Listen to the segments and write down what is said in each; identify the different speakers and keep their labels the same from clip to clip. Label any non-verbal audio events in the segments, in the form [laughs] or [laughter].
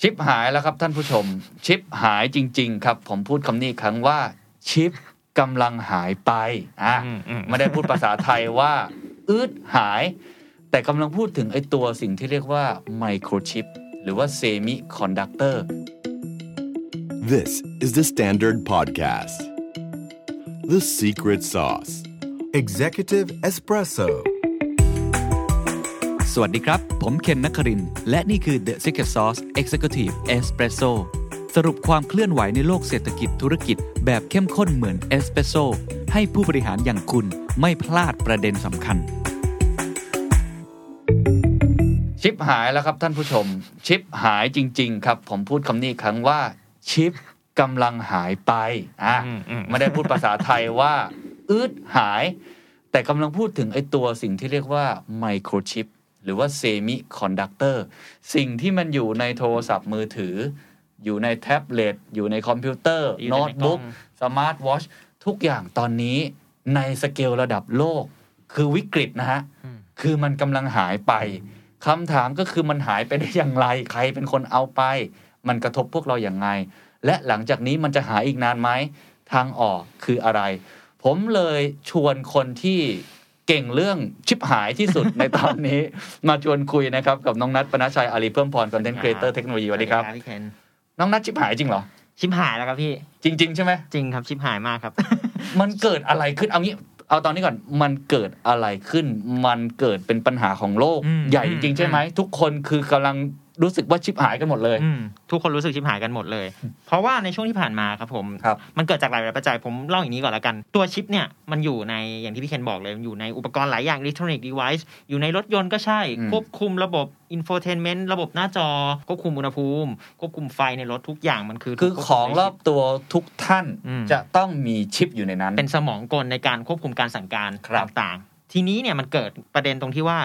Speaker 1: ชิปหายแล้วครับท่านผู้ชม ชิปหายจริง ๆ ครับ ผมพูดคำนี้อีกครั้งว่าชิปกำลังหายไปอ่ะ
Speaker 2: อืมอืม
Speaker 1: ไม่ได้พูดภาษาไทยว่า อืดหาย แต่กำลังพูดถึงไอ้ตัวสิ่งที่เรียกว่าไมโครชิปหรือว่าเซมิคอนดักเตอร์
Speaker 3: This is the Standard Podcast. The secret sauce.
Speaker 4: Executive Espresso.
Speaker 5: สวัสดีครับ ผมเคนนักครินทร์และนี่คือ The Secret Sauce Executive Espresso สรุปความเคลื่อนไหวในโลกเศรษฐกิจธุรกิจแบบเข้มข้นเหมือนเอสเปรสโซให้ผู้บริหารอย่างคุณไม่พลาดประเด็นสำคัญ
Speaker 1: ชิปหายแล้วครับท่านผู้ชม ชิปหายจริง ๆ ครับ ผมพูดคำนี้อีกครั้งว่า ชิปกำลังหายไปอ่ะ
Speaker 2: อืมอืม
Speaker 1: ไม่ได้พูดภาษาไทยว่า อืดหาย แต่กำลังพูดถึงไอ้ตัวสิ่งที่เรียกว่าไมโครชิปหรือว่าเซมิคอนดักเตอร์สิ่งที่มันอยู่ในโทรศัพท์มือถือ อยู่ในแท็บเล็ตอยู่ในคอมพิวเตอร์
Speaker 2: อยู่ใน
Speaker 1: โน้ตบุ๊ก
Speaker 2: กล่
Speaker 1: สมาร์ทวอชทุกอย่างตอนนี้ในสเกลระดับโลก คือวิกฤตนะฮะ คือมันกำลังหายไปคำถามก็คือมันหายไปได้อย่างไร ใครเป็นคนเอาไป มันกระทบพวกเราอย่างไง และหลังจากนี้มันจะหายอีกนานไหม ทางออกคืออะไร ผมเลยชวนคนที่เก่งเรื่องชิบหายที่สุด ในตอนนี้ มาชวนคุยนะครับ กับน้องนัทปนชชัยอาลีเพิ่มพรคอนเทนต์ครีเอเตอร์เทคโนโลยีสวัสดีครับ
Speaker 6: พี่เคน
Speaker 1: น้องนัทชิบหายจริงเหรอ
Speaker 6: ชิมหายแล้วครับพี่
Speaker 1: จริง ๆ ใช่ไหม
Speaker 6: จริงครับชิมหายมากครับ
Speaker 1: มันเกิดอะไรขึ้น เอางี้ เอาตอนนี้ก่อน มันเกิดอะไรขึ้น มันเกิดเป็นปัญหาของโลก
Speaker 6: อืม
Speaker 1: ใหญ่จริง
Speaker 6: อืม
Speaker 1: ๆใช่ไหม ทุกคนคือกำลังรู้สึกว่าชิบหายกันหมดเลย
Speaker 6: อืม [coughs] ทุกคนรู้สึกชิมหายกันหมดเลย เพราะว่าในช่วงที่ผ่านมาครับผม
Speaker 1: ครับ
Speaker 6: มันเกิดจากหลายๆปัจจัยผมเล่าอย่างนี้ก่อนละกัน ตัวชิปเนี่ยมันอยู่ในอย่างที่พี่เคนบอกเลยมันอยู่ในอุปกรณ์หลายอย่างอิเล็กทรอนิกส์ดีไวซ์อยู่ในรถยนต์ก็ใช่
Speaker 1: อืม
Speaker 6: ควบคุมระบบอินโฟเทนเมนต์ระบบหน้าจอ ควบคุมอุณหภูมิ ควบคุมไฟในรถทุกอย่างมันคือ
Speaker 1: คือ
Speaker 6: ถูกวบ
Speaker 1: ข
Speaker 6: คุม
Speaker 1: องรอบตัวทุกท่าน
Speaker 6: อืม
Speaker 1: จะต้องมีชิปอยู่ในนั้น
Speaker 6: เป็นสมองกลในการควบคุมการสั่งการ
Speaker 1: ครับ
Speaker 6: ต่างๆ ทีนี้เนี่ยมันเกิดประเด็นตรงที่ว่า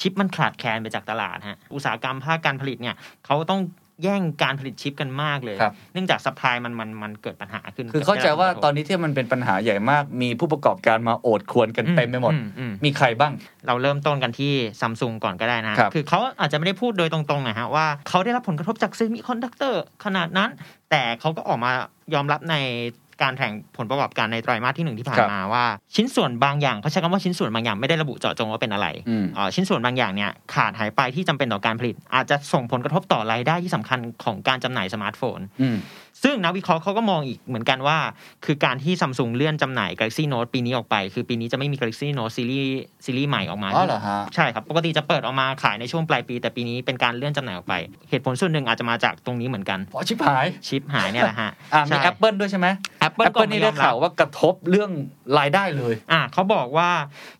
Speaker 6: ชิปมันขาดแคลนไปจากตลาดฮะ อุตสาหกรรมภาคการผลิตเนี่ยเขาต้องแย่งการผลิตชิปกันมากเลย
Speaker 1: ครับ
Speaker 6: เนื่องจากซัพพลายมันมันมันเกิดปัญหาขึ้น
Speaker 1: คือเข้าใจว่าตอน
Speaker 6: เกิด
Speaker 1: นี้ที่มันเป็นปัญหาใหญ่มาก มีผู้ประกอบการมาโอดครวรกัน
Speaker 6: อื
Speaker 1: เต็มไปหมด
Speaker 6: อือืม
Speaker 1: มีใครบ้าง
Speaker 6: เราเริ่มต้นกันที่ซัมซุงก่อนก็ได้นะ
Speaker 1: ครับ
Speaker 6: คือเขาอาจจะไม่ได้พูดโดยตรงๆนะฮะว่าเขาได้รับผลกระทบจากเซมิคอนดักเตอร์ขนาดนั้น แต่เขาก็ออกมายอมรับในการแถลงผลประกอบการในไตรมาสที่หนึ่งที่ผ่านมาว่า ชิ้นส่วนบางอย่างเขาใช้คำว่าชิ้นส่วนบางอย่างไม่ได้ระบุเจาะจงว่าเป็นอะไร
Speaker 1: อืม
Speaker 6: เอ่อชิ้นส่วนบางอย่างเนี่ยขาดหายไปที่จำเป็นต่อการผลิต อาจจะส่งผลกระทบต่อรายได้ที่สำคัญของการจำหน่ายสมาร์ทโฟน
Speaker 1: อืม
Speaker 6: ซึ่งนักวิเคราะห์เขาก็มองอีกเหมือนกันว่า คือการที่ซัมซุงเลื่อนจำหน่าย Galaxy Note ปีนี้ออกไป คือปีนี้จะไม่มี Galaxy Note ซีรีส์ซีรีส์ใหม่ออกมา
Speaker 1: อ๋อเหรอฮะ
Speaker 6: ใช่ครับ ปกติจะเปิดออกมาขายในช่วงปลายปี แต่ปีนี้เป็นการเลื่อนจำหน่ายออกไป เหตุผลส่วนหนึ่งอาจจะมาจากตรงนี้เหมือนกัน
Speaker 1: เพราะชิปหาย
Speaker 6: ชิปหายเนี่ยแหละฮะ
Speaker 1: อ่ะมี
Speaker 6: ใช่
Speaker 1: Apple ด้วยใช่ไหม
Speaker 6: Apple ก็
Speaker 1: นี่
Speaker 6: ไม่ย
Speaker 1: ได้
Speaker 6: อมรับ
Speaker 1: ข่าวว่ากระทบเรื่องรายได้เลย
Speaker 6: อ่ะเขาบอกว่า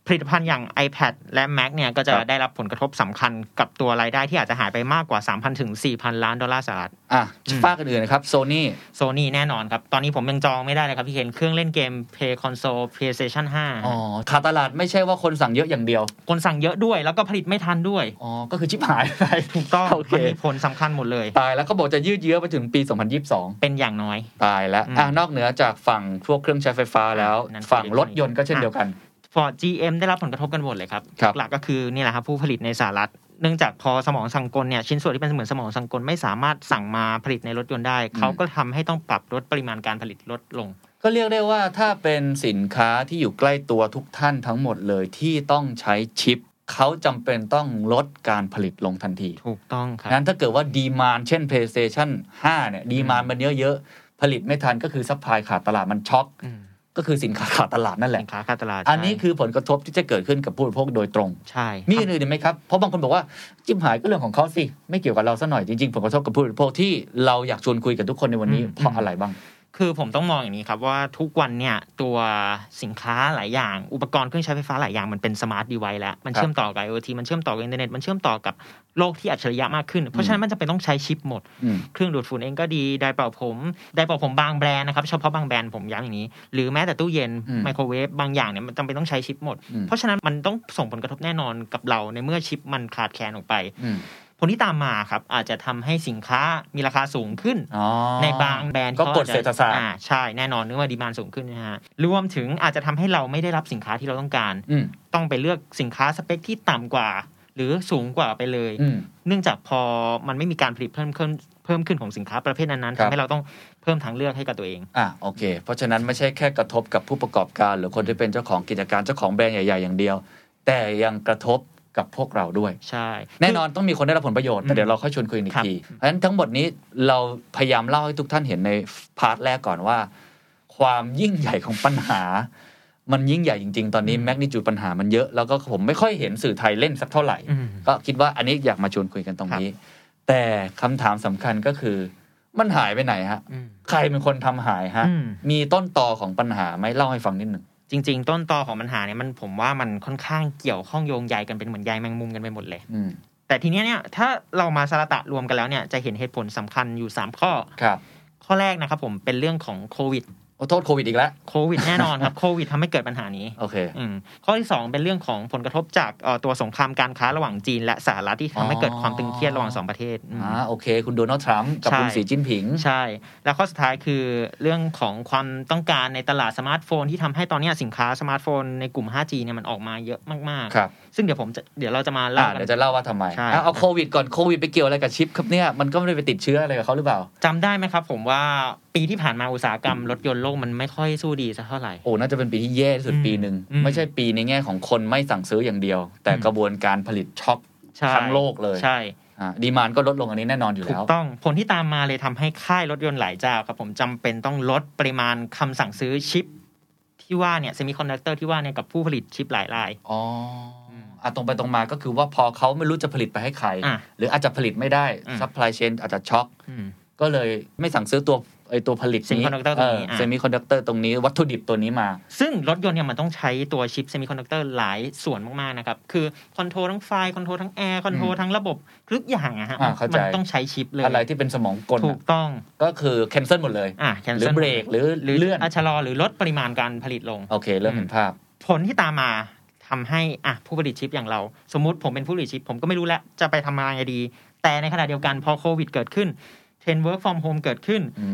Speaker 6: ผลิตภัณฑ์อย่าง iPad และ Mac เนี่ยก็จะ
Speaker 1: ครับ
Speaker 6: ได้รับผลกระทบสำคัญกับตัวรายได้ที่อาจจะหายไปมากกว่า 3,000ถึง4,000 ล้านดอลลาร์สหรัฐ
Speaker 1: อ่ะ
Speaker 6: อืม
Speaker 1: ฝากอื่นๆนะครับโซนี่
Speaker 6: โซนี่แน่นอนครับ ตอนนี้ผมยังจองไม่ได้เลยครับพี่เคนเครื่องเล่นเกม Play Console PlayStation 5
Speaker 1: อ๋อขาดตลาดไม่ใช่ว่าคนสั่งเยอะอย่างเดียว
Speaker 6: คนสั่งเยอะด้วยแล้วก็ผลิตไม่ทันด้วย
Speaker 1: อ๋อ ก็คือชิปหายไป
Speaker 6: ถูกต้อง
Speaker 1: โอเค
Speaker 6: มันมีผลสำคัญหมดเลย
Speaker 1: ตายแล้วเขาบอกจะยืดเยื้อไปถึงปี 2022
Speaker 6: เป็นอย่างน้อย
Speaker 1: ตายแล้ว
Speaker 6: อืม
Speaker 1: อ่ะนอกเหนือจากฝั่งพวกเครื่องใช้ไฟฟ้าแล้ว
Speaker 6: นั่น
Speaker 1: ฝั่งรถยนต์ก็เช่นเดียวกัน
Speaker 6: Ford GM ได้รับผลกระทบกันหมดเลยครับ
Speaker 1: ครับ
Speaker 6: หลักก็คือนี่แหละครับผู้ผลิตในสหรัฐ เนื่องจากพอสมองสังกลเนี่ยชิ้นส่วนที่เป็นเหมือนสมองสังกลไม่สามารถสั่งมาผลิตในรถยนต์ได้ เขาก็ทำให้ต้องปรับลดปริมาณการผลิตลดลง
Speaker 1: ก็เรียกได้ว่าถ้าเป็นสินค้าที่อยู่ใกล้ตัวทุกท่านทั้งหมดเลยที่ต้องใช้ชิป เขาจำเป็นต้องลดการผลิตลงทันที
Speaker 6: ถูกต้องครับ
Speaker 1: งั้นถ้าเกิดว่าดีมานเช่น PlayStation 5 เนี่ยดีมานมันเยอะๆ ผลิตไม่ทันก็คือซัพพลายขาดตลาดมันช็อก
Speaker 6: อืม
Speaker 1: ก็คือสินค้าขาดตลาดนั่นแห
Speaker 6: สิ
Speaker 1: ละ
Speaker 6: นค้าการตลาด
Speaker 1: อันนี้
Speaker 6: ใช่
Speaker 1: คือผลกระทบที่จะเกิดขึ้นกับผู้บริโภคโดยตรง
Speaker 6: ใช่
Speaker 1: มีอื่นอีกไหมครับ เพราะบางคนบอกว่าจิ้มหายก็เรื่องของเขาสิ ไม่เกี่ยวกับเราซะหน่อยจริงๆผลกระทบกับผู้บริโภคที่เราอยากชวนคุยกับทุกคนในวันนี้เพราะอะไรบ้าง
Speaker 6: คือผมต้องมองอย่างนี้ครับว่าทุกวันเนี่ยตัวสินค้าหลายอย่าง อุปกรณ์เครื่องใช้ไฟฟ้าหลายอย่างมันเป็นสมาร์ทดีไวแล้ว มัน
Speaker 1: ครับ
Speaker 6: เชื่อมต่อกับ IoT มันเชื่อมต่อกับอินเทอร์เน็ตมันเชื่อมต่อกับโลกที่อัจฉริยะมากขึ้น เพราะฉะนั้นมันจะเป็นต้องใช้ชิปหมด
Speaker 1: อืม
Speaker 6: เครื่องดูดฝุ่นเองก็ดีไดร์เป่าผมไดร์เป่าผมบางแบรนด์นะครับเฉพาะบางแบรนด์ผมย้ำอย่างนี้ หรือแม้แต่ตู้เย็น
Speaker 1: อืม
Speaker 6: ไมโครเวฟบางอย่างเนี่ยมันจำเป็นต้องใช้ชิปหมด
Speaker 1: อืม
Speaker 6: เพราะฉะนั้นมันต้องส่งผลกระทบแน่นอนกับเราในเมื่อชิปมันขาดแคลนออกไป
Speaker 1: อืม
Speaker 6: ผลที่ตามมาครับอาจจะทำให้สินค้ามีราคาสูงขึ้น
Speaker 1: อ๋อ
Speaker 6: ในบางแบรนด์
Speaker 1: ก็กฎ
Speaker 6: ขอจจะ
Speaker 1: เศรษฐศาสตร์
Speaker 6: อ่ใช่แน่นอนเนื่องว่าดีมานสูงขึ้นนะฮะรวมถึงอาจจะทำให้เราไม่ได้รับสินค้าที่เราต้องการ
Speaker 1: อืม
Speaker 6: ต้องไปเลือกสินค้าสเปคที่ต่ำกว่า หรือสูงกว่าไปเลย
Speaker 1: อืม
Speaker 6: เนื่องจากพอมันไม่มีการผลิตเพิ่มขึ้นเพิ่มขึ้นของสินค้าประเภทนั้นๆ
Speaker 1: ครับ
Speaker 6: ทำให้เราต้องเพิ่มทางเลือกให้กับตัวเอง
Speaker 1: อ่ะโอเค เพราะฉะนั้นไม่ใช่แค่กระทบกับผู้ประกอบการ หรือคนที่เป็นเจ้าของกิจการเจ้าของแบรนด์ใหญ่ๆอย่างเดียว แต่ยังกระทบกับพวกเราด้วย
Speaker 6: ใช่
Speaker 1: แน่นอนต้องมีคนได้รับผลประโยชน์ แต่เดี๋ยวเราค่อยชวนคุยอีกที เพราะฉะนั้นทั้งหมดนี้เราพยายามเล่าให้ทุกท่านเห็นในพาร์ทแรกก่อนว่า ความยิ่งใหญ่ของปัญหา มันยิ่งใหญ่จริง ๆ ตอนนี้แมกนิจูดปัญหามันเยอะแล้วก็ผมไม่ค่อยเห็นสื่อไทยเล่นสักเท่าไหร่
Speaker 6: อืม
Speaker 1: ก็คิดว่าอันนี้อยากมาชวนคุยกันตรงนี้ แต่คำถามสำคัญก็คือ มันหายไปไหนฮะ
Speaker 6: อืม
Speaker 1: ใครเป็นคนทำหายฮะ
Speaker 6: อืม
Speaker 1: มีต้นตอของปัญหาไหมเล่าให้ฟังนิดหนึ่ง
Speaker 6: จริง ๆ ต้นตอของปัญหาเนี่ยมันผมว่ามันค่อนข้างเกี่ยวข้องโยงใยกันเป็นเหมือนใยแมงมุมกันไปหมดเลย
Speaker 1: อืม
Speaker 6: แต่ทีเนี้ยเนี่ยถ้าเรามาสาระตะรวมกันแล้วเนี่ยจะเห็นเหตุผลสำคัญอยู่ 3 ข้อ
Speaker 1: ครับ
Speaker 6: ข้อแรกนะครับผมเป็นเรื่องของโควิด
Speaker 1: โอ้โทษโควิดอีกแล้ว
Speaker 6: โควิดแน่นอน
Speaker 1: [laughs]
Speaker 6: ครับ โควิดทำให้เกิดปัญหานี้
Speaker 1: โอเค
Speaker 6: อืมข้อที่ 2 เป็นเรื่องของผลกระทบจากเอ่อตัวสงครามการค้าระหว่างจีน และสหรัฐที่ทำให้เกิดความตึงเครียดระหว่างสองประเทศอืม
Speaker 1: อ่า โอเค คุณโดนัลด์ทรัมป์กับ
Speaker 6: ใช่
Speaker 1: คุณสีจิ้นผิง
Speaker 6: ใช่ แล้วข้อสุดท้ายคือเรื่องของความต้องการในตลาดสมาร์ทโฟนที่ทำให้ตอนเนี้ยสินค้าสมาร์ทโฟนในกลุ่ม 5G เนี่ยมันออกมาเยอะมาก
Speaker 1: ครับ
Speaker 6: ๆ ซึ่งเดี๋ยวผมจะเดี๋ยวเราจะมา
Speaker 1: อ่า
Speaker 6: เล่ากั
Speaker 1: เดี๋ย
Speaker 6: น
Speaker 1: วจะเล่าว่าทำไม
Speaker 6: ใช่
Speaker 1: อ่ะเอาโควิดก่อนโควิดไปเกี่ยวอะไรกับชิปครับเนี่ย มันก็ไม่ได้ไปติดเชื้ออะไรกับเขาหรือเปล่า
Speaker 6: จำได้ไหมครับผมว่าปีที่ผ่านมาอุตสาหกรรมรถยนต์โลกมันไม่ค่อยสู้ดีสักเท่าไหร่
Speaker 1: โอ้ น่าจะเป็นปีที่แย่ที่สุด
Speaker 6: อืม
Speaker 1: ปีหนึ่ง
Speaker 6: อืม
Speaker 1: ไม่ใช่ปีในแง่ของคนไม่สั่งซื้ออย่างเดียว แต่
Speaker 6: อืม
Speaker 1: กระบวนการผลิตช็อป
Speaker 6: ใช่
Speaker 1: ทั้งโลกเลย
Speaker 6: ใช่
Speaker 1: อ่าดีมานก็ลดลงอันนี้แน่นอนอยู่
Speaker 6: ถู
Speaker 1: แล้
Speaker 6: ก
Speaker 1: ว
Speaker 6: ต้องผลที่ตามมาเลยทำให้ค่ายรถยนต์หลายเจ้าครับผมจำเป็นต้องลดปริมาณคำสั่งซื้อชิป ที่ว่าเนี่ยเซมิคอนดักเตอร์ที่ว่าเนี่ยกับผู้ผลิตชิปหลายราย
Speaker 1: อ๋ออ่ะตรงไปตรงมาก็คือว่าพอเขาไม่รู้จะผลิตไปให้ใคร
Speaker 6: อ่ะ
Speaker 1: หรืออาจจะผลิตไม่ได้
Speaker 6: อืม
Speaker 1: ซัพพลายเชนอาจจะช็อก ก็เลยไม่สั่งซื้อตัวไอตัวผลิตนี้
Speaker 6: Semiconductor ตัวนี้อ่ะ
Speaker 1: เซมิคอนดักเตอร์ตรงนี้วัตถุดิบตัวนี้มา
Speaker 6: ซึ่งรถยนต์เนี่ยมันต้องใช้ตัวชิปเซมิคอนดักเตอร์หลายส่วนมากๆนะครับคือคอนโทรลทั้งไฟคอนโทรลทั้งแอร์คอนโทรลทั้งระบบทุกอย่างอะฮะ
Speaker 1: อ่าเข้าใจ
Speaker 6: มันต้องใช้ชิปเลย
Speaker 1: อะไรที่เป็นสมองกล
Speaker 6: ถู
Speaker 1: น่ะ
Speaker 6: กต้อง
Speaker 1: ก็คือแคนเซิลหมดเลย
Speaker 6: อ่า cancel
Speaker 1: หรือเบรกหรือ
Speaker 6: หรือ
Speaker 1: เลื่อน
Speaker 6: ะชะลอหรือลดปริมาณการผลิตลง
Speaker 1: โอเค เริ่มเห็นภาพ
Speaker 6: ผลที่ตามมาทำให้อ่ะผู้ผลิตชิปอย่างเรา สมมติผมเป็นผู้ผลิตชิป ผมก็ไม่รู้แล้ว จะไปทำอะไรดี แต่ในขณะเดียวกันพอโควิดเกิดขึ้นเทรนด์ work from home เกิดขึ้น
Speaker 1: อื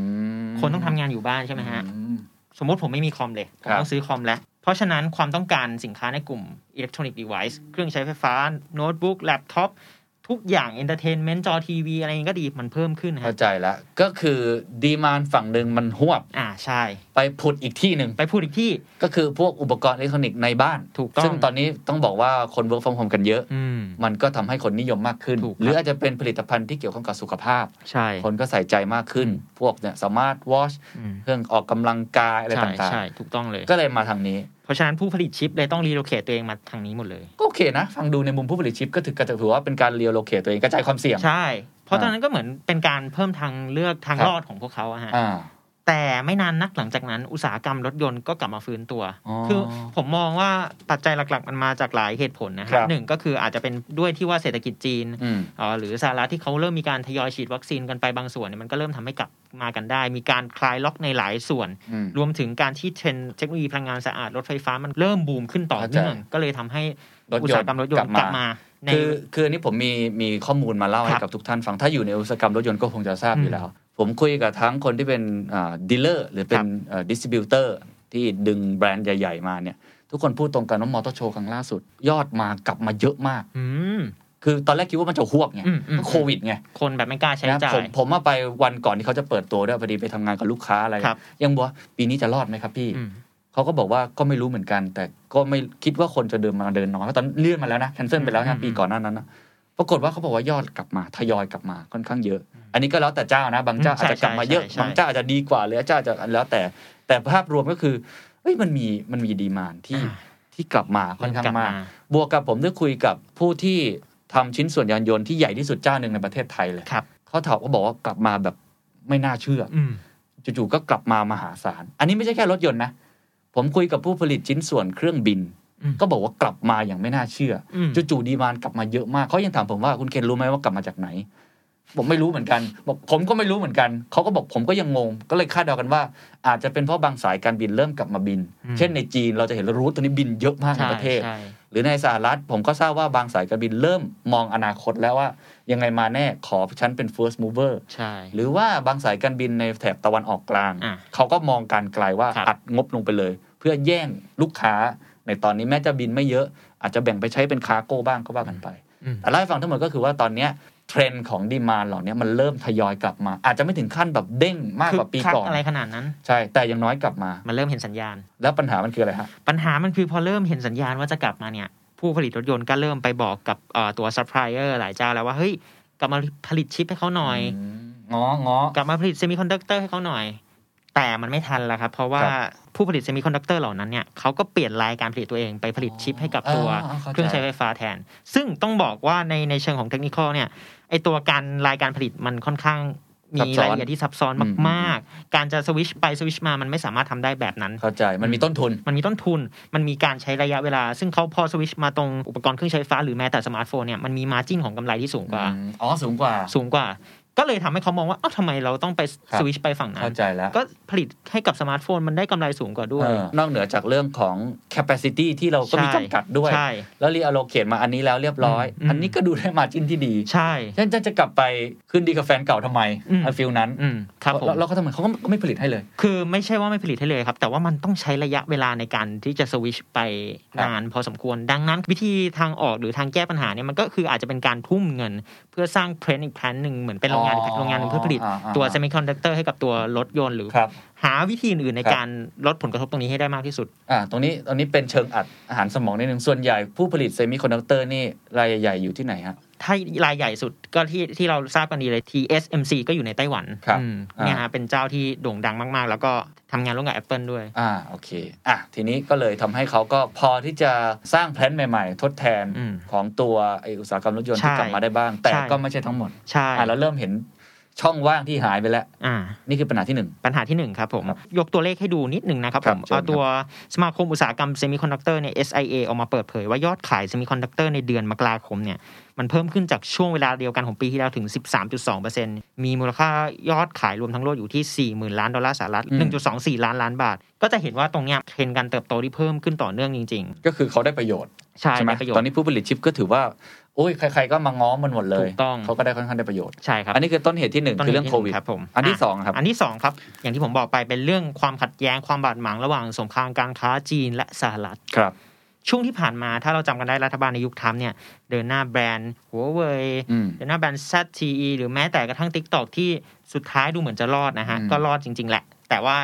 Speaker 1: ม
Speaker 6: คนต้องทำงานอยู่บ้านใช่ไหมฮะ
Speaker 1: อืม
Speaker 6: สมมติผมไม่มีคอมเลย ผม
Speaker 1: ครับ
Speaker 6: ต้องซื้อคอมแล้ว เพราะฉะนั้นความต้องการสินค้าในกลุ่มอิเล็กทรอนิกส์ดีไวซ์เครื่องใช้ไฟฟ้า โน้ตบุ๊กแล็ปท็อปทุกอย่างเอนเตอร์เทนเมนต์จอทีวีอะไรอย่างนี้ก็ดีมันเพิ่มขึ้นนะ
Speaker 1: เข้า
Speaker 6: ฮะ
Speaker 1: ใจแล้ว ก็คือดีมานฝั่งหนึ่งมันหวบ
Speaker 6: อ่าใช่
Speaker 1: ไปผุดอีกที่หนึ่ง
Speaker 6: ไปพูดอีกที่
Speaker 1: ก็คือพวกอุปกรณ์อิเล็กทรอนิกส์ในบ้าน
Speaker 6: ถูกต้อง
Speaker 1: ซึ่งตอนนี้ต้องบอกว่าคนเวิร์กฟอร์มโฮมกันเยอะ
Speaker 6: อืม
Speaker 1: มันก็ทำให้คนนิยมมากขึ้น
Speaker 6: ถูกครับ
Speaker 1: หรืออาจจะเป็นผลิตภัณฑ์ที่เกี่ยวข้องกับสุขภาพ
Speaker 6: ใช่
Speaker 1: คนก็ใส่ใจมากขึ้น พวกเนี่ยสมาร์ทวอช
Speaker 6: อืม
Speaker 1: เครื่องออกกำลังกายอะไร
Speaker 6: ใช่
Speaker 1: ต่าง
Speaker 6: ใช่ถูกต้องเลย
Speaker 1: ๆ ก็เลยมาทางนี้
Speaker 6: เพราะฉะนั้นผู้ผลิตชิปเลยต้องรีโลเคตตัวเองมาทางนี้หมดเลย
Speaker 1: ก็โอเคนะ ฟังดูในมุมผู้ผลิตชิปก็ถือกระถือว่าเป็นการเรียลโลเคตตัวเองกระจายความเสี่ยง
Speaker 6: ใช่ เพราะ
Speaker 1: อ่า
Speaker 6: ตอนนั้นก็เหมือนเป็นการเพิ่มทางเลือกทาง
Speaker 1: ครับ
Speaker 6: รอดของพวกเขาอะฮะ
Speaker 1: อ่า
Speaker 6: แต่ไม่นานนักหลังจากนั้นอุตสาหกรรมรถยนต์ก็กลับมาฟื้นตัว
Speaker 1: อ๋อ
Speaker 6: คือผมมองว่าปัจจัยหลักๆ มันมาจากหลายเหตุผลนะ
Speaker 1: ครั
Speaker 6: ฮะ
Speaker 1: บ
Speaker 6: หนึ่งก็คืออาจจะเป็นด้วยที่ว่าเศรษฐกิจจีน
Speaker 1: อืม
Speaker 6: เอ่อหรือสหรัฐที่เขาเริ่มมีการทยอยฉีดวัคซีนกันไปบางส่วนเนี่ยมันก็เริ่มทำให้กลับมากันได้ มีการคลายล็อกในหลายส่วน
Speaker 1: อืม
Speaker 6: รวมถึงการที่เทรนด์เทคโนโลยีพลังงานสะอาดรถไฟฟ้ามันเริ่มบูมขึ้นต่อเนื่องก็เลยทำให้
Speaker 1: รถยนต์
Speaker 6: อุตสาหกรรมรถยนต์
Speaker 1: ก
Speaker 6: ก
Speaker 1: ลั
Speaker 6: ลั
Speaker 1: บบมา
Speaker 6: มาใน
Speaker 1: คือคืออันนี้ผมมีมีข้อมูลมาเล่าให้
Speaker 6: ค
Speaker 1: กั
Speaker 6: รับ
Speaker 1: บทุกท่านฟัง ถ้าอยู่ในอุตสาหกรรมรถยนต์ก็คงจะทราบ
Speaker 6: อืม
Speaker 1: อยู่แล้ว ผมคุยกับทั้งคนที่เป็นดีลเลอร์หรือเป็
Speaker 6: คน รับ
Speaker 1: ดิสติบิวเตอร์ที่ดึงแบรนด์ใหญ่ ๆ มาเนี่ย ทุกคนพูดตรงกันว่ามอเตอร์โชว์ครั้งล่าสุด ยอดมากลับมาเยอะมาก
Speaker 6: อืม
Speaker 1: คือตอนแรกคิดว่ามันจะหวบไง
Speaker 6: อืมอืม
Speaker 1: ก็โควิดไง
Speaker 6: คนแบบไม่กล้าใช้
Speaker 1: นะ
Speaker 6: จ่า
Speaker 1: ผม
Speaker 6: ย
Speaker 1: ผมมาไปวันก่อนที่เขาจะเปิดตัวด้วยพอดีไปทำงานกับลูกค้าอะไร
Speaker 6: ครับ
Speaker 1: ยังบอกว่าปีนี้จะรอดไหมครับพี่
Speaker 6: อืม
Speaker 1: เขาก็บอกว่าก็ไม่รู้เหมือนกัน แต่ก็ไม่คิดว่าคนจะเดินมาเดินน้อยเพราะตอนเลื่อนมาแล้วนะแคนเซิลไปแล้ว
Speaker 6: อื
Speaker 1: นะ
Speaker 6: ม
Speaker 1: ปีก่อนหน้านั้นนะปรากฏว่าเขาบอกว่ายอดกลับมาทยอยกลับมาค่อนข้างเยอะ อันนี้ก็แล้วแต่เจ้านะ บางเจ้าอาจจะกลับมาเยอะบางเจ้าอาจจะดีกว่าหรือเจ้าอาจจะแล้วแต่ แต่ภาพรวมก็คือเอ้ยมันมีมันมีดีมานที่ที่กลับมาค่อนข้าง
Speaker 6: กลับ
Speaker 1: มาก บวกกับผมได้คุยกับผู้ที่ทำชิ้นส่วนยานยนต์ที่ใหญ่ที่สุดเจ้าหนึ่งในประเทศไทยเลย
Speaker 6: ครับ
Speaker 1: เขาถามก็บอกว่ากลับมาแบบไม่น่าเชื่อ
Speaker 6: อืม
Speaker 1: จู่ๆก็กลับมามหาศาล อันนี้ไม่ใช่แค่รถยนต์นะ ผมคุยกับผู้ผลิตชิ้นส่วนเครื่องบิน
Speaker 6: อืม
Speaker 1: ก็บอกว่ากลับมาอย่างไม่น่าเชื่อ
Speaker 6: อื
Speaker 1: อ
Speaker 6: ม
Speaker 1: จู่ๆดีมานกลับมาเยอะมากเขายังถามผมว่าคุณเคนรู้ไหมว่ากลับมาจากไหน ผมไม่รู้เหมือนกัน บอกผมก็ไม่รู้เหมือนกัน เขาก็บอกผมก็ยังงง ก็เลยคาดเดากันว่า อาจจะเป็นเพราะบางสายการบินเริ่มกลับมาบิน
Speaker 6: อืม
Speaker 1: เช่นในจีนเราจะเห็นรูทตัวนี้บินเยอะมากใน
Speaker 6: ใช่
Speaker 1: ประเทศ
Speaker 6: ใช่
Speaker 1: หรือในสหรัฐผมก็ทราบว่าบางสายการบินเริ่มมองอนาคตแล้วว่า ยังไงมาแน่ขอฉันเป็น first mover
Speaker 6: ใช่
Speaker 1: หรือว่าบางสายการบินในแถบตะวันออกกลาง
Speaker 6: อ่ะ
Speaker 1: เขาก็มองการไกลว่า
Speaker 6: ครับ
Speaker 1: อัดงบลงไปเลย เพื่อแย่งลูกค้า ในตอนนี้แม้จะบินไม่เยอะ อาจจะแบ่งไปใช้เป็นคาร์โก้บ้างก็ว่ากันไป
Speaker 6: อืม
Speaker 1: แต่เล่าให้ฟังทั้งหมดก็คือว่าตอนเนี้ยเทรนด์ของดีมานเหล่าเนี้ยมันเริ่มทยอยกลับมา อาจจะไม่ถึงขั้นแบบเด้งมากกว่าปี
Speaker 6: คึคั
Speaker 1: ก่อน
Speaker 6: อะไรขนาดนั้น
Speaker 1: ใช่แต่อยังน้อยกลับมา
Speaker 6: มันเริ่มเห็นสัญญาณ
Speaker 1: แล้วปัญหามันคืออะไรฮะ
Speaker 6: ปัญหามันคือพอเริ่มเห็นสัญญาณว่าจะกลับมาเนี่ย ผู้ผลิตรถยนต์ก็เริ่มไปบอกกับเอ่อตัวซัพพลายเออร์หลายเจ้าแล้วว่า เฮ้ย กลับมาผลิตชิปให้เขาหน่อย
Speaker 1: มง้อง้อ
Speaker 6: กลับมาผลิตเซมิคอนดักเตอร์ให้เขาหน่อย แต่มันไม่ทันแล้วครับ เพราะว่า
Speaker 1: ครับ
Speaker 6: ผู้ผลิตเซมิคอนดักเตอร์เหล่านั้นเนี่ยเขาก็เปลี่ยนรายการผลิตตัวเองไปผลิตชิปให้กับตัว
Speaker 1: อ่าอ่าเข้าใจ
Speaker 6: เครื่องใช้ไฟฟ้าแทน ซึ่งต้องบอกว่าในในเชิงของเทคนิคอลเนี่ยไอตัวการรายการผลิตมันค่อนข้างมีรายละเอียดที่ซับซ้อนมากๆ การจะสวิชไปสวิชมามันไม่สามารถทำได้แบบนั้น
Speaker 1: เข้าใจมันมีต้นทุน
Speaker 6: มันมีต้นทุน มันมีการใช้ระยะเวลา ซึ่งเขาพอสวิชมาตรงอุปกรณ์เครื่องใช้ไฟฟ้าหรือแม้แต่สมาร์ทโฟนเนี่ย มันมีมาจิ้นของกำไรที่สูงกว่า
Speaker 1: อ๋อ สูงกว่า
Speaker 6: สูงกว่า ก็เลยทำให้เขามองว่า เอ้าทำไมเราต้องไป
Speaker 1: ครับ
Speaker 6: สวิชไปฝั่งนั้
Speaker 1: เข้าน ใจแล้ว
Speaker 6: ก็ผลิตให้กับสมาร์ทโฟนมันได้กำไรสูงกว่าด้วย
Speaker 1: เออนอกเหนือจากเรื่องของ capacity ที่เราก็มีจำกัดด้วย
Speaker 6: ใช่
Speaker 1: แล้วรี allocate มาอันนี้แล้วเรียบร้อย
Speaker 6: อืม
Speaker 1: อันนี้ก็ดู [laughs] ได้มาจิ้นที่ดี
Speaker 6: ใช่
Speaker 1: ฉันฉันจะกลับไปคืนดีกับแฟนเก่าทำไม
Speaker 6: อืม
Speaker 1: ไอ้ฟิลนั้น
Speaker 6: อืมครับผม
Speaker 1: แล้วแล้วเขาทำไมเขาก็ก็ไม่ผลิตให้เลย
Speaker 6: คือไม่ใช่ว่าไม่ผลิตให้เลยครับ แต่ว่ามันต้องใช้ระยะเวลาในการที่จะสวิชไปนานพอสมควร ดังนั้นวิธีทางออกหรือทางแก้ปัญหาเนี่ยมันก็คืออาจจะเป็นการทุ่มเงิน เพื่อสร้างเพลนอีกแพลนหนึ่งเหมือนเป็นโรงงาน
Speaker 1: อ๋อ
Speaker 6: โรงงานหนึ่งเพื่อผลิต
Speaker 1: อ่าอ่า
Speaker 6: ตัวเซมิคอนดักเตอร์ให้กับตัวรถยนต์หรือ
Speaker 1: ครับ
Speaker 6: หาวิธีอื่นๆใน
Speaker 1: ครับ
Speaker 6: การลดผลกระทบตรงนี้ให้ได้มากที่สุด
Speaker 1: อ่าตรงนี้ตรงนี้เป็นเชิงอัดอาหารสมองนิดหนึ่งส่วนใหญ่ผู้ผลิตเซมิคอนดักเตอร์นี่รายใหญ่ๆอยู่ที่ไหนฮะ
Speaker 6: ถ้ารายใหญ่สุดก็ที่ที่เราทราบกันดีเลย TSMC ก็อยู่ในไต้หวัน
Speaker 1: ครับ
Speaker 6: อืม
Speaker 1: อ่า
Speaker 6: เนี่ยฮะเป็นเจ้าที่โด่งดังมากๆ แล้วก็ทำงานร่วมกับ Apple ด้วย
Speaker 1: อ่าโอเคอ่ะทีนี้ก็เลยทำให้เขาก็พอที่จะสร้างแพลนใหม่ๆ ทดแทน
Speaker 6: อืม
Speaker 1: ของตัวไออุตสาหกรรมรถยนต์
Speaker 6: ใช่
Speaker 1: ที่กลับมาได้บ้าง แต่
Speaker 6: ใช่
Speaker 1: ก็ไม่ใช่ทั้งหมด
Speaker 6: ใช่
Speaker 1: อ่ะเราเริ่มเห็นช่องว่างที่หายไปแล้ว
Speaker 6: อ่า
Speaker 1: นี่คือปัญหาที่หนึ่ง
Speaker 6: ปัญหาที่หนึ่งครับผม
Speaker 1: ครับ
Speaker 6: ยกตัวเลขให้ดูนิดหนึ่งนะครับ
Speaker 1: ค
Speaker 6: ผ
Speaker 1: รับ
Speaker 6: ม
Speaker 1: เชิญครั
Speaker 6: เอา
Speaker 1: บ
Speaker 6: ตัวสมาคมอุตสาหกรรมเซมิคอนดักเตอร์เนี่ย SIA ออกมาเปิดเผยว่ายอดขายเซมิคอนดักเตอร์ในเดือนมกราคมเนี่ยมันเพิ่มขึ้นจากช่วงเวลาเดียวกันของปีที่แล้วถึง 13.2%มีมูลค่ายอดขายรวมทั้งโลกอยู่ที่ 40,000 ล้านดอลลาร์สหรัฐ 1.24 ล้านล้านบาท ก็จะเห็นว่าตรงเนี้ยเทรนด์การเติบโตที่เพิ่มขึ้นต่อเนื่องจริง
Speaker 1: ก็คือเขาได้ประโยชน์
Speaker 6: ๆ ใช่
Speaker 1: ใช่ไหม
Speaker 6: ได้ประโยช
Speaker 1: ตอน
Speaker 6: น์
Speaker 1: นี้ผู้ผลิตชิปก็ถือว่าโอ้ยใครๆก็มาง้อมันหมดเลย
Speaker 6: ถูกต้อง
Speaker 1: เขาก็ได้ค่อนข้างได้ประโยชน์
Speaker 6: ใช่ครับ
Speaker 1: อันนี้คือต้นเหตุที่หนึ่งคือเรื่องโควิด
Speaker 6: ครับผม
Speaker 1: อันที่สองครับ
Speaker 6: อันที่สองครับ อย่างที่ผมบอกไปเป็นเรื่องความขัดแย้งความบาดหมางระหว่างสงครามการค้าจีนและสหรัฐ
Speaker 1: ครับ
Speaker 6: ช่วงที่ผ่านมาถ้าเราจำกันได้รัฐบาลในยุคทรัมป์เนี่ย เดินหน้าแบรนด์หัวเว่ย
Speaker 1: อืม
Speaker 6: เดินหน้าแบรนด์ ZTE หรือแม้แต่กระทั่ง t ิ k t o k ที่สุดท้ายดูเหมือนจะรอดนะฮะ
Speaker 1: อืม
Speaker 6: ก็รอดจริง ๆ แหละ แต่ว่า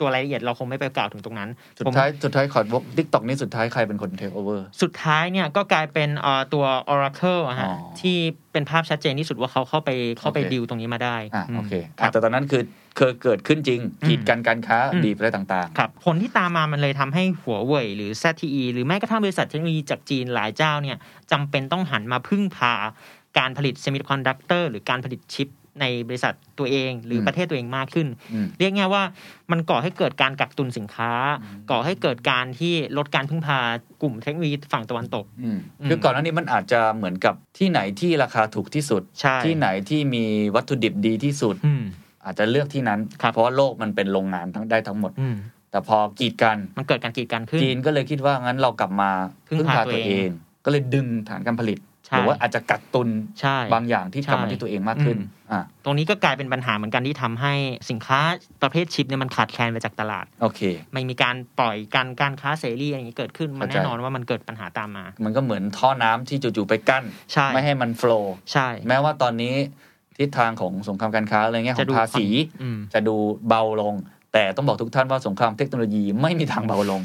Speaker 6: ตัวรายละเอียดเราคงไม่ไปกล่าวถึงตรงนั้น
Speaker 1: สุด
Speaker 6: ผม
Speaker 1: ท้ายสุดท้ายขอดบกทิกตอกนี่สุดท้ายใครเป็นคนเทคโอเวอร์
Speaker 6: สุดท้ายเนี่ยก็กลายเป็นเอ่อตัว Oracle อะฮะ
Speaker 1: อ๋อ
Speaker 6: ที่เป็นภาพชัดเจนที่สุดว่าเขาเข้าไปเข้าไป
Speaker 1: โอเค
Speaker 6: ดีลตรงนี้มาได้
Speaker 1: อ่ะ
Speaker 6: ม
Speaker 1: โอเค
Speaker 6: ครั
Speaker 1: อ่ะ
Speaker 6: บ
Speaker 1: แต่ตอนนั้นคือเคยเกิดขึ้นจริงกีดกันการค้า
Speaker 6: อืม
Speaker 1: ดีไปได้ต่าง
Speaker 6: ครับผลที่ตามมามันเลยทำให้หัวเว่ยหรือ ZTE หรือแม้กระทั่งบริษัทเทคโนโลยีจากจีนหลายเจ้าเนี่ยจำเป็นต้องหันมาพึ่งพาการผลิตเซมิคอนดักเตอร์หรือการผลิตชิปในบริษัทตัวเอง หรือประเทศตัวเองมากขึ้น
Speaker 1: ๆอืม
Speaker 6: เรียกง่ายว่ามันก่อให้เกิดการกักตุนสินค้า ก่อให้เกิดการที่ลดการพึ่งพากลุ่มเทคโนโลยีฝั่งตะวันตก
Speaker 1: อืม
Speaker 6: อืม
Speaker 1: คือก่อนหน้านี้มันอาจจะเหมือนกับที่ไหนที่ราคาถูกที่สุด
Speaker 6: ใช่
Speaker 1: ที่ไหนที่มีวัตถุดิบดีที่สุด
Speaker 6: อืม
Speaker 1: อาจจะเลือกที่นั้น
Speaker 6: ครับ
Speaker 1: เพราะว่าโลกมันเป็นโรงงานทั้งได้ทั้งหมด
Speaker 6: อืม
Speaker 1: แต่พอกีดกัน
Speaker 6: มันเกิดการกีดกันขึ้น
Speaker 1: จีนก็เลยคิดว่างั้นเรากลับมา
Speaker 6: พึ่งพาตัวเอง
Speaker 1: ก็เลยดึงฐานการผลิต ห
Speaker 6: ใช่
Speaker 1: รือว่าอาจจะกักตุน
Speaker 6: ใช่
Speaker 1: บางอย่างที่กลับมา
Speaker 6: ใช่
Speaker 1: ที่ตัวเองมากขึ้น
Speaker 6: อืม
Speaker 1: อ่ะ
Speaker 6: ตรงนี้ก็กลายเป็นปัญหาเหมือนกันที่ทำให้สินค้าประเภทชิปเนี่ยมันขาดแคลนไปจากตลาด
Speaker 1: โอเค
Speaker 6: ไม่มีการปล่อยการการค้าเสรีอะไรอย่างนี้เกิดขึ้น มัน
Speaker 1: เข้าใจ
Speaker 6: แน่นอนว่ามันเกิดปัญหาตามมา
Speaker 1: มันก็เหมือนท่อน้ำที่จู่ๆไปกั้น
Speaker 6: ใช่
Speaker 1: ไม่ให้มันโฟลว์
Speaker 6: ใช่
Speaker 1: แม้ว่าตอนนี้ทิศทางของสงครามการค้าอะไรเงี้ยขอ
Speaker 6: จะ
Speaker 1: ง
Speaker 6: ดู
Speaker 1: ภาษี
Speaker 6: อืม
Speaker 1: จะดูเบาลง แต่ต้องบอกทุกท่านว่าสงครามเทคโนโลยีไม่มีทางเบาลง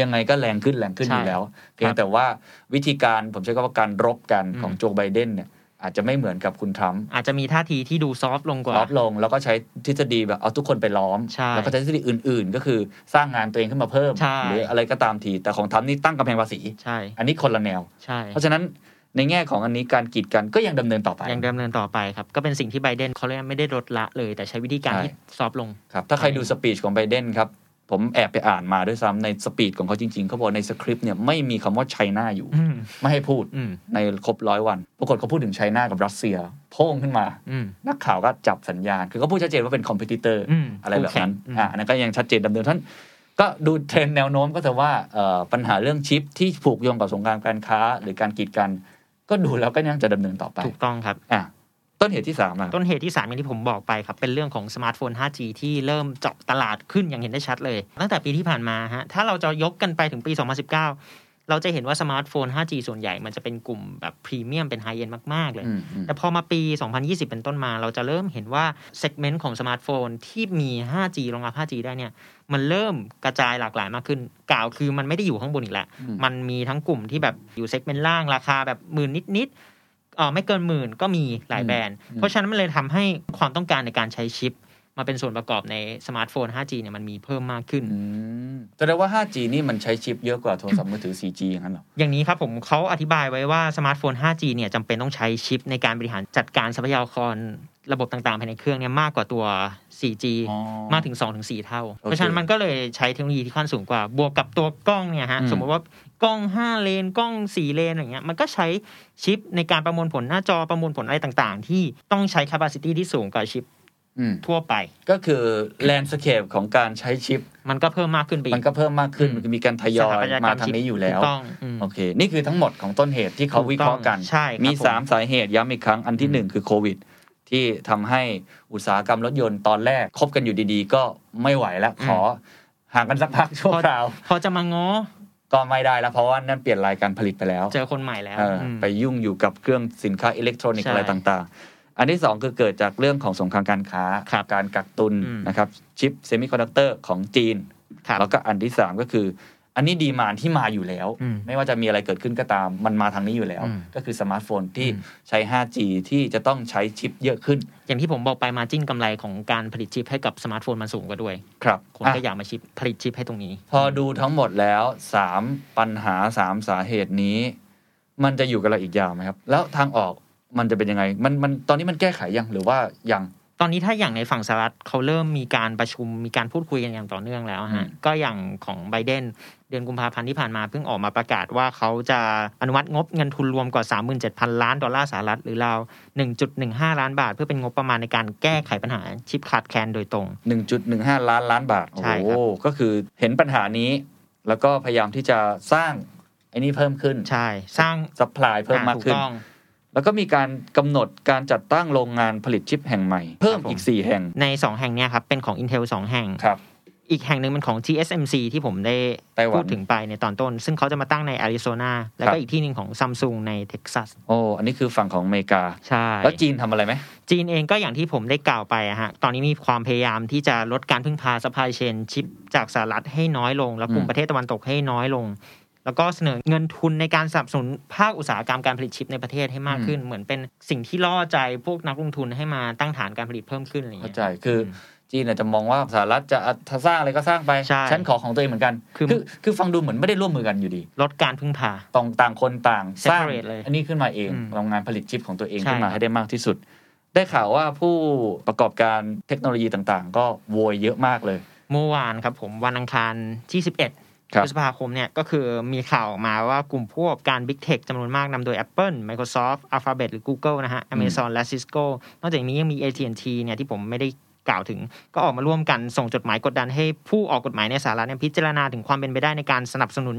Speaker 1: ยังไงก็แรงขึ้นแรงขึ้น
Speaker 6: ใช่
Speaker 1: อยู่แล้ว เพียงแต่ว่าวิธีการผมใช้คำว่าการรบกัน
Speaker 6: อืม
Speaker 1: ของโจไบเดนเนี่ยอาจจะไม่เหมือนกับคุณทรัมป์
Speaker 6: อาจจะมีท่าทีที่ดูซอฟต์ลงกว่า
Speaker 1: ลดลงแล้วก็ใช้ทฤษฎีแบบเอาทุกคนไปล้อม
Speaker 6: ใช่
Speaker 1: แล้วก็ใช้ทฤษฎีอื่น ๆ ก็คือสร้างงานตัวเองขึ้นมาเพิ่ม
Speaker 6: ใช่
Speaker 1: หรืออะไรก็ตามที แต่ของทรัมป์นี่ตั้งกำแพงภาษี
Speaker 6: ใช่
Speaker 1: อันนี้คนละแนว
Speaker 6: ใช่
Speaker 1: เพราะฉะนั้นในแง่ของอันนี้การกีดกันก็ยังดำเนินต่อไป
Speaker 6: ยังดำเนินต่อไปครับ ก็เป็นสิ่งที่ไบเดนเขาเรียกว่าไม่ได้ลดละเลย แต่ใช้วิธีการ
Speaker 1: ใช่
Speaker 6: ที่ซอฟต์ลง
Speaker 1: ครับถ้าใครดูสปีชของไบเดนครับ ผมแอบไปอ่านมาด้วยซ้ำในสปีชของเขาจริง ๆ เขาบอกในสคริปต์เนี่ยไม่มีคำว่าไชน่าอยู่
Speaker 6: อืม
Speaker 1: ไม่ให้พูด
Speaker 6: อืม
Speaker 1: ในครบร้อยวัน ปรากฏเขาพูดถึงไชน่ากับรัสเซีย โพ่งขึ้นมา
Speaker 6: อืม
Speaker 1: นักข่าวก็จับสัญญาณ คือเขาพูดชัดเจนว่าเป็นคอมเพติเตอร์
Speaker 6: อืม
Speaker 1: อะไรแบบนั้น
Speaker 6: คู่แข่งอืม
Speaker 1: อ่ะอันนั้นก็ยังชัดเจนดำเนินท่านก็ดูเทรนด์แนวโน้มก็จะว่าเอ่อปัญหาเรื่องชิปที่ผูกโยงกับสงครามการค้า หรือการกีดกัน ก็ดูแล้วก็ยังจะดำเนินต่อไป
Speaker 6: ถูกต้องครับ
Speaker 1: อ่ะต้นเหตุที่สามอ่ะ
Speaker 6: ต้นเหตุที่ 3 อย่างที่ผมบอกไปครับ เป็นเรื่องของสมาร์ทโฟน 5G ที่เริ่มเจาะตลาดขึ้นอย่างเห็นได้ชัดเลย ตั้งแต่ปีที่ผ่านมาฮะถ้าเราจะยกกันไปถึงปี 2019 เราจะเห็นว่าสมาร์ทโฟน 5G ส่วนใหญ่มันจะเป็นกลุ่มแบบพรีเมียมเป็นไฮเอ็นมาก ๆ เลย
Speaker 1: อืมอืม
Speaker 6: แต่พอมาปี 2020 เป็นต้นมา เราจะเริ่มเห็นว่าเซกเมนต์ของสมาร์ทโฟนที่มี 5G รองรับ 5G ได้เนี่ย มันเริ่มกระจายหลากหลายมากขึ้น กล่าวคือมันไม่ได้อยู่ข้างบนอีกแล้ว มันมีทั้งกลุ่มที่แบบอยู่เซกเมนต์ล่างราคาแบบหมื่นนิดๆเอ่อไม่เกินหมื่นก็มีหลายแบรนด์ เพราะฉะนั้นมันเลยทำให้ความต้องการในการใช้ชิป มาเป็นส่วนประกอบในสมาร์ทโฟน 5G เนี่ยมันมีเพิ่มมากขึ้น
Speaker 1: อืมแสดงว่า 5G นี่มันใช้ชิปเยอะกว่าโทรศัพท์มือถือ 4G อย่างนั้นเหรอ
Speaker 6: อย่างนี้ครับผมเขาอธิบายไว้ว่าสมาร์ทโฟน 5G เนี่ยจำเป็นต้องใช้ชิปในการบริหารจัดการทรัพยากรระบบต่างๆ ภายในเครื่องเนี่ยมากกว่าตัว 4G
Speaker 1: อ๋อ
Speaker 6: มากถึง 2-4 เท่า
Speaker 1: โอเค
Speaker 6: เพราะฉะนั้นมันก็เลยใช้เทคโนโลยีที่ขั้นสูงกว่า บวกกับตัวกล้องเนี่ยฮะ
Speaker 1: อืม
Speaker 6: สมมติว่ากล้อง 5 เลน กล้อง 4 เลนอย่างเงี้ยมันก็ใช้ชิปในการประมวลผลหน้าจอประมวลผลอะไรต่างๆ ที่ต้องใช้ capacity ที่สูงกว่าชิป
Speaker 1: อืม
Speaker 6: ทั่วไป
Speaker 1: ก็คือแลนด์สเคปของการใช้ชิป
Speaker 6: มันก็เพิ่มมากขึ้นไปอี
Speaker 1: มันก็เพิ่มมากขึ้น
Speaker 6: อื
Speaker 1: มีการทยอย
Speaker 6: สถปัตกร
Speaker 1: มาร ทางนี้อยู่แล้ว
Speaker 6: ถูกต้องอืม
Speaker 1: โอเค นี่คือทั้งหมดของต้นเหตุที่เขาวิเคราะห์กัน
Speaker 6: ถูกต้องใช่ครับ
Speaker 1: มี
Speaker 6: ผม
Speaker 1: สามสาเหตุย้ำอีกครั้ง อันที่หนึ่งคือโควิด ที่ทำให้อุตสาหกรรมรถยนต์ตอนแรกคบกันอยู่ดีๆ ก็ไม่ไหวแล้ว ขอห่างกันสักพักชั่วคราว
Speaker 6: พอจะมาง้อ
Speaker 1: ก็ไม่ได้แล้วเพราะว่านั่นเปลี่ยนรายการผลิตไปแล้ว
Speaker 6: เจอคนใหม่แล้ว
Speaker 1: เอออ
Speaker 6: ม
Speaker 1: ไปยุ่งอยู่กับเครื่องสินค้าอิเล็กทรอนิกส์
Speaker 6: ใช่
Speaker 1: อะไรต่างๆ อันที่สองคือเกิดจากเรื่องของสงครามการค้า
Speaker 6: ครับ
Speaker 1: การกักตุน
Speaker 6: อืม
Speaker 1: นะครับชิปเซมิคอนดักเตอร์ของจีน
Speaker 6: ครับ
Speaker 1: แล้วก็อันที่สามก็คือ อันนี้ดีมานที่มาอยู่แล้ว
Speaker 6: อืม
Speaker 1: ไม่ว่าจะมีอะไรเกิดขึ้นก็ตามมันมาทางนี้อยู่แล้ว
Speaker 6: อืม
Speaker 1: ก็คือสมาร์ทโฟนที่
Speaker 6: อืม
Speaker 1: ใช้ 5G ที่จะต้องใช้ชิปเยอะขึ้น
Speaker 6: อย่างที่ผมบอกไปมาจิ้นกำไรของการผลิตชิปให้กับสมาร์ทโฟนมันสูงกว่าด้วย
Speaker 1: ครับ
Speaker 6: คน
Speaker 1: อ่ะ
Speaker 6: ก็อยากมาชิปผลิตชิปให้ตรงนี้
Speaker 1: พอดูทั้งหมดแล้ว 3 ปัญหา 3 สาเหตุนี้ มันจะอยู่กับเราอีกยาวไหมครับ แล้วทางออกมันจะเป็นยังไง มันมันตอนนี้มันแก้ไขยังหรือว่ายัง
Speaker 6: ตอนนี้ถ้าอย่างในฝั่งสหรัฐเขาเริ่มมีการประชุมมีการพูดคุยกันอย่างต่อเนื่องแล้ว
Speaker 1: อืม
Speaker 6: ฮะก็อย่างของไบเดนเดือนกุมภาพันธ์ที่ผ่านมาเพิ่งออกมาประกาศว่าเขาจะอนุมัติงบเงินทุนรวมกว่า 37,000 ล้านดอลลาร์สหรัฐหรือราว 1.15 ล้านบาท เพื่อเป็นงบประมาณในการแก้ไขปัญหาชิปขาดแคลนโดยตรง
Speaker 1: 1.15 ล้านล้านบาทโอ้
Speaker 6: ใช่
Speaker 1: โห
Speaker 6: ครับ
Speaker 1: ก็คือเห็นปัญหานี้ แล้วก็พยายามที่จะสร้างไอ้นี่เพิ่มขึ้น
Speaker 6: ใช่ สร้าง
Speaker 1: สัพพลายเพิ่มมากขึ้น
Speaker 6: อ่ถูต้อง
Speaker 1: แล้วก็มีการกำหนดการจัดตั้งโรงงานผลิตชิปแห่งใหม่ เพิ่มอีก 4 แห่ง
Speaker 6: ใน 2 แห่งเนี่ยครับเป็นของ Intel 2 แห่ง
Speaker 1: ครับ
Speaker 6: อีกแห่งหนึ่งเป็นของ TSMC ที่ผมได้
Speaker 1: ไต้หวัน
Speaker 6: พูดถึงไปในตอนต้น ซึ่งเขาจะมาตั้งในอาริโซนาแล้วก็อีกที่หนึ่งของซัมซุงในเท็กซัส
Speaker 1: โอ้อันนี้คือฝั่งของอเมริกา
Speaker 6: ใช่
Speaker 1: แล้วจีนทำอะไรไหม
Speaker 6: จีนเองก็อย่างที่ผมได้กล่าวไปอะฮะ ตอนนี้มีความพยายามที่จะลดการพึ่งพาซัพพลายเชนชิปจากสหรัฐให้น้อยลง และกลุ่
Speaker 1: อื
Speaker 6: ม
Speaker 1: ม
Speaker 6: ประเทศตะวันตกให้น้อยลง แล้วก็เสนอเงินทุนในการสนับสนุนภาคอุตสาหกรรมการผลิตชิปในประเทศให้มากขึ้น เหมือนเป็นสิ่งที่ล่อใจพวกนักลงทุนให้มาตั้งฐานการผลิตเพิ่มขึ้นอะไรอย่าง
Speaker 1: เข้า
Speaker 6: เงี้ย
Speaker 1: ใจคือจีนอาจจะมองว่าสหรัฐจะอ่ะถ้าสร้างอะไรก็สร้างไป
Speaker 6: ใช่
Speaker 1: ฉันขอของตัวเองเหมือนกัน
Speaker 6: คื
Speaker 1: คือ
Speaker 6: อ
Speaker 1: คือฟังดูเหมือนไม่ได้ร่วมมือกันอยู่ดี
Speaker 6: ลดการพึ่งพา
Speaker 1: ต่างต่างคนต่างสร้าง
Speaker 6: Separate เลย
Speaker 1: อันนี้ขึ้นมาเอง
Speaker 6: อืม
Speaker 1: โรงงานผลิตชิปของตัวเอง
Speaker 6: ใช่
Speaker 1: ขึ้นมา
Speaker 6: ครับ
Speaker 1: ให้ได้มากที่สุด ได้ข่าวว่าผู้ประกอบการเทคโนโลยีต่างๆ ก็โวยเยอะมากเลย
Speaker 6: เมื่อวานครับผมวันอังคารที่
Speaker 1: ครับ
Speaker 6: 11พฤษภาคมเนี่ยก็คือมีข่าวออกมาว่ากลุ่มผู้ประกอบการ Big Tech จำนวนมากนำโดย Apple Microsoft Alphabet หรือ Google นะฮะ Amazon และ Cisco นอกจากนี้ยังมี AT&T เนี่ยที่ผมไม่ได้กล่าวถึง ก็ออกมาร่วมกันส่งจดหมายกดดันให้ผู้ออกกฎหมายในสหรัฐเนี่ยพิจารณาถึงความเป็นไปได้ในการสนับสนุน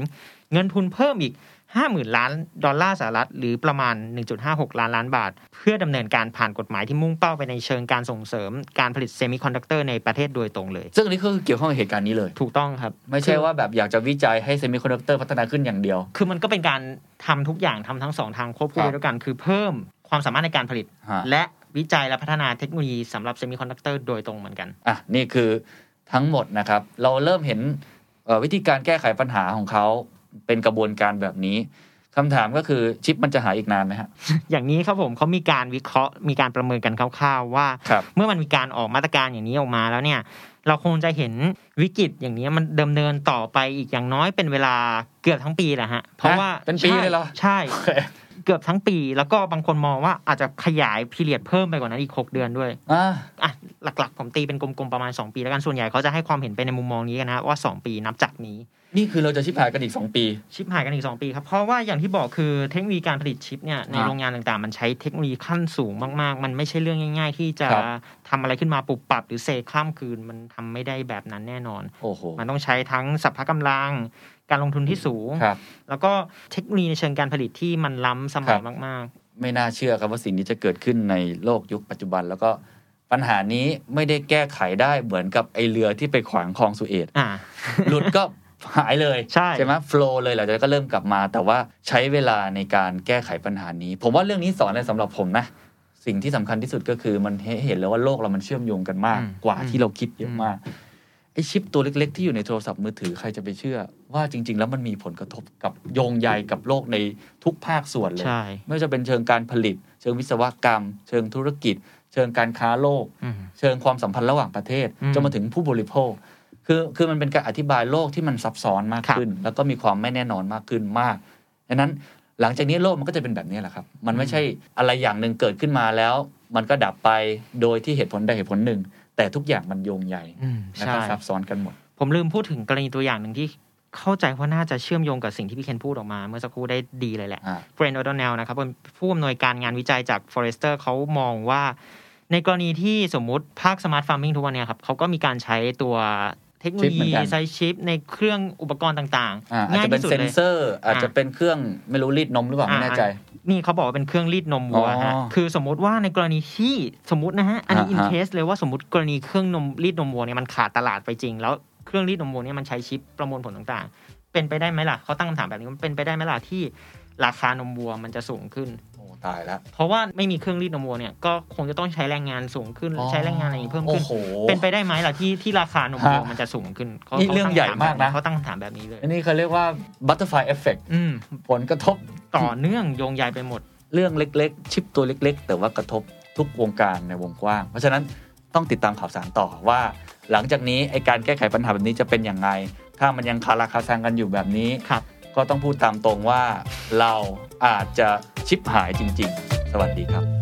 Speaker 6: เงินทุนเพิ่มอีก 50,000 ล้านดอลลาร์สหรัฐ หรือประมาณ 1.56 ล้านล้านบาท เพื่อดำเนินการผ่านกฎหมายที่มุ่งเป้าไปในเชิงการส่งเสริมการผลิตเซมิคอนดักเตอร์ในประเทศโดยตรงเลย
Speaker 1: ซึ่งอันนี้ก็คือเกี่ยวข้องกับเหตุการณ์นี้เลย
Speaker 6: ถูกต้องครับ
Speaker 1: ไม่ใช่
Speaker 6: คือ
Speaker 1: ว่าแบบอยากจะวิจัยให้เซมิคอนดักเตอร์พัฒนาขึ้นอย่างเดียว
Speaker 6: คือมันก็เป็นการทำทุกอย่างทำทั้งสองทางควบคู่
Speaker 1: ครั
Speaker 6: ไป
Speaker 1: บ
Speaker 6: ด้วยกัน คือเพิ่มความสามารถในการผลิต
Speaker 1: ฮะ
Speaker 6: และวิจัยและพัฒนาเทคโนโลยีสำหรับเซมิคอนดักเตอร์โดยตรงเหมือนกัน
Speaker 1: อ่ะนี่คือทั้งหมดนะครับ เราเริ่มเห็นเอ่อวิธีการแก้ไขปัญหาของเขาเป็นกระบวนการแบบนี้คำถามก็คือชิปมันจะหายอีกนานไหมฮะ
Speaker 6: อย่างนี้ครับผมเขามีการวิเคราะห์มีการประเมินกันคร่าวๆว่า
Speaker 1: ครับ
Speaker 6: เมื่อมันมีการออกมาตรการอย่างนี้ออกมาแล้วเนี่ย เราคงจะเห็นวิกฤตอย่างนี้มันดำเนินต่อไปอีกอย่างน้อยเป็นเวลาเกือบทั้งปีแหละฮะ เพราะว่า
Speaker 1: ฮะเป็นปีเลยเหรอ
Speaker 6: ใช่ เกือบทั้งปี แล้วก็บางคนมองว่าอาจจะขยายพีเรียดเพิ่มไปกว่านั้นอีก 6 เดือนด้วย
Speaker 1: [laughs] อ่ะ
Speaker 6: อ่ะ หลักๆ ผมตีเป็นกลมๆ ประมาณ 2 ปีแล้วกัน ส่วนใหญ่เขาจะให้ความเห็นไปในมุมมองนี้กันนะว่า 2 ปีนับจากนี้
Speaker 1: นี่คือเราจะชิปหายกันอีก 2 ปี
Speaker 6: ชิปหายกันอีก 2 ปีครับ เพราะว่าอย่างที่บอกคือเทคโนโลยีการผลิตชิปเนี่ยใน
Speaker 1: ครับ
Speaker 6: โรงงานต่างๆ มันใช้เทคโนโลยีขั้นสูงมากๆ มันไม่ใช่เรื่องง่าย ๆ ที่จะ
Speaker 1: ครับ
Speaker 6: ทำอะไรขึ้นมาปุบปับหรือเซข้ามคืน มันทำไม่ได้แบบนั้นแน่นอน
Speaker 1: โอ้โห
Speaker 6: มันต้องใช้ทั้งสัพพะกำลัง การลงทุนที่สูง
Speaker 1: ครับ
Speaker 6: แล้วก็เทคโนโลยีในเชิงการผลิตที่มันล้ำสมั
Speaker 1: ค
Speaker 6: ย
Speaker 1: รับ
Speaker 6: มาก
Speaker 1: ไม่น่าเชื่อครับว่าสิ่งนี้จะเกิดขึ้นในโลกยุคปัจจุบัน แล้วก็ปัญหานี้ไม่ได้แก้ไขได้เหมือนกับไอเรือที่ไปขวางคลองสุเอต
Speaker 6: ๆ อ่า
Speaker 1: หลุดก็ หายเลย
Speaker 6: ใช่
Speaker 1: ไหมโฟลเลยหลังจากนั้นก็เริ่มกลับมา แต่ว่าใช้เวลาในการแก้ไขปัญหานี้ ผมว่าเรื่องนี้สอนอะไรสำหรับผมนะ สิ่งที่สำคัญที่สุดก็คือมันให้เห็นแล้วว่าโลกเรามันเชื่อมโยงกันมาก
Speaker 6: อืม
Speaker 1: กว่าที่เราคิดเย
Speaker 6: อื
Speaker 1: อะ
Speaker 6: ม
Speaker 1: มากไอชิปตัวเล็ก ๆ ที่อยู่ในโทรศัพท์มือถือใครจะไปเชื่อ ว่าจริง ๆ แล้วมันมีผลกระทบกับโยงใยกับโลกในทุกภาคส่วนเลย
Speaker 6: ใช่
Speaker 1: ไม่ว่าจะเป็นเชิงการผลิต เชิงวิศวกรรม เชิงธุรกิจ เชิงการค้าโลก
Speaker 6: อืม
Speaker 1: เชิงความสัมพันธ์ระหว่างประเทศ
Speaker 6: อืม
Speaker 1: จนมาถึงผู้บริโภค คือคือมันเป็นการอธิบายโลกที่มันซับซ้อนมากขึ้น แล้วก็มีความไม่แน่นอนมากขึ้นมากดังนั้นหลังจากนี้โลกมันก็จะเป็นแบบนี้แหละครับ มันไม่ใช่อะไรอย่างหนึ่งเกิดขึ้นมาแล้ว มันก็ดับไปโดยที่เหตุผลใดเหตุผลหนึ่ง แต่ทุกอย่างมันโยงใหญ่
Speaker 6: อืม
Speaker 1: และ
Speaker 6: ใช่
Speaker 1: ก็ซับซ้อนกันหมด
Speaker 6: ผมลืมพูดถึงกรณีตัวอย่างหนึ่งที่เข้าใจว่าน่าจะเชื่อมโยงกับสิ่งที่พี่เคนพูดออกมาเมื่อสักครู่ได้ดีเลยแหละ
Speaker 1: อ่า
Speaker 6: เฟรนด์ออดอนแนลนะครับเป็นผู้อำนวยการงานวิจัยจาก Forrester เขามองว่า ในกรณีที่สมมุติภาคสมาร์ทฟาร์มิงทุกวันเนี้ครับเขาก็มีการใช้ตัวเทคโนโล
Speaker 1: ชิปเหมื
Speaker 6: ยี
Speaker 1: อนกัน
Speaker 6: ใช้ชิป ในเครื่องอุปกรณ์ต่าง
Speaker 1: อ่าอาจ
Speaker 6: ง่าย
Speaker 1: จะเป็น
Speaker 6: ที่สุด
Speaker 1: เซน
Speaker 6: เลย
Speaker 1: เซอร์ อาจจะเป็นเครื่องไม่รู้รีดนมหรือเปล่าไม่แน่ใจ
Speaker 6: อ่ะนี่เขาบอกว่าเป็นเครื่องรีดนมวัวฮะ
Speaker 1: อ๋อ
Speaker 6: คือสมมติว่าในกรณีที่สมมตินะฮะ อันนี้
Speaker 1: อ่าฮะ
Speaker 6: อินเคสเลยว่าสมมติกรณีเครื่องนมรีดนมวัวเนี่ยมันขาดตลาดไปจริง แล้วเครื่องรีดนมวัวเนี่ยมันใช้ชิปประมวลผลต่างๆ เป็นไปได้ไหมล่ะเขาตั้งคำถามแบบนี้มันเป็นไปได้ไหมล่ะที่ราคานมวัวมันจะสูงขึ้น
Speaker 1: โอ้ตายแล้ว
Speaker 6: เพราะว่าไม่มีเครื่องรีดนมวัวเนี่ยก็คงจะต้องใช้แรงงานสูงขึ้นใช้แรงงานอะไรอย่างนี้เพิ่มขึ้น
Speaker 1: โโห
Speaker 6: เป็นไปได้ไหมล่ะที่ที่ราคานมวัวมันจะสูงขึ้นขา
Speaker 1: นี่เรื่องใหญ่มากนะ
Speaker 6: เขาตั้งคำถามแบบนี้เลย
Speaker 1: อันนี้เขาเรียกว่าบัตเตอร์ฟเอฟเฟก
Speaker 6: อืม
Speaker 1: ผลกระทบ
Speaker 6: ต่อเนื่องโยงใยไปหมด
Speaker 1: เรื่องเล็ก ๆ ชิปตัวเล็ก ๆ แต่ว่ากระทบทุกวงการในวงกว้าง เพราะฉะนั้นต้องติดตามข่าวสารต่อว่า หลังจากนี้ไอการแก้ไขปัญหาแบบนี้จะเป็นอย่างไร ถ้ามันยังคาราคาซังกันอยู่แบบนี้
Speaker 6: ครับ
Speaker 1: ก็ต้องพูดตามตรงว่าเราอาจจะชิปหายจริง ๆ สวัสดีครับ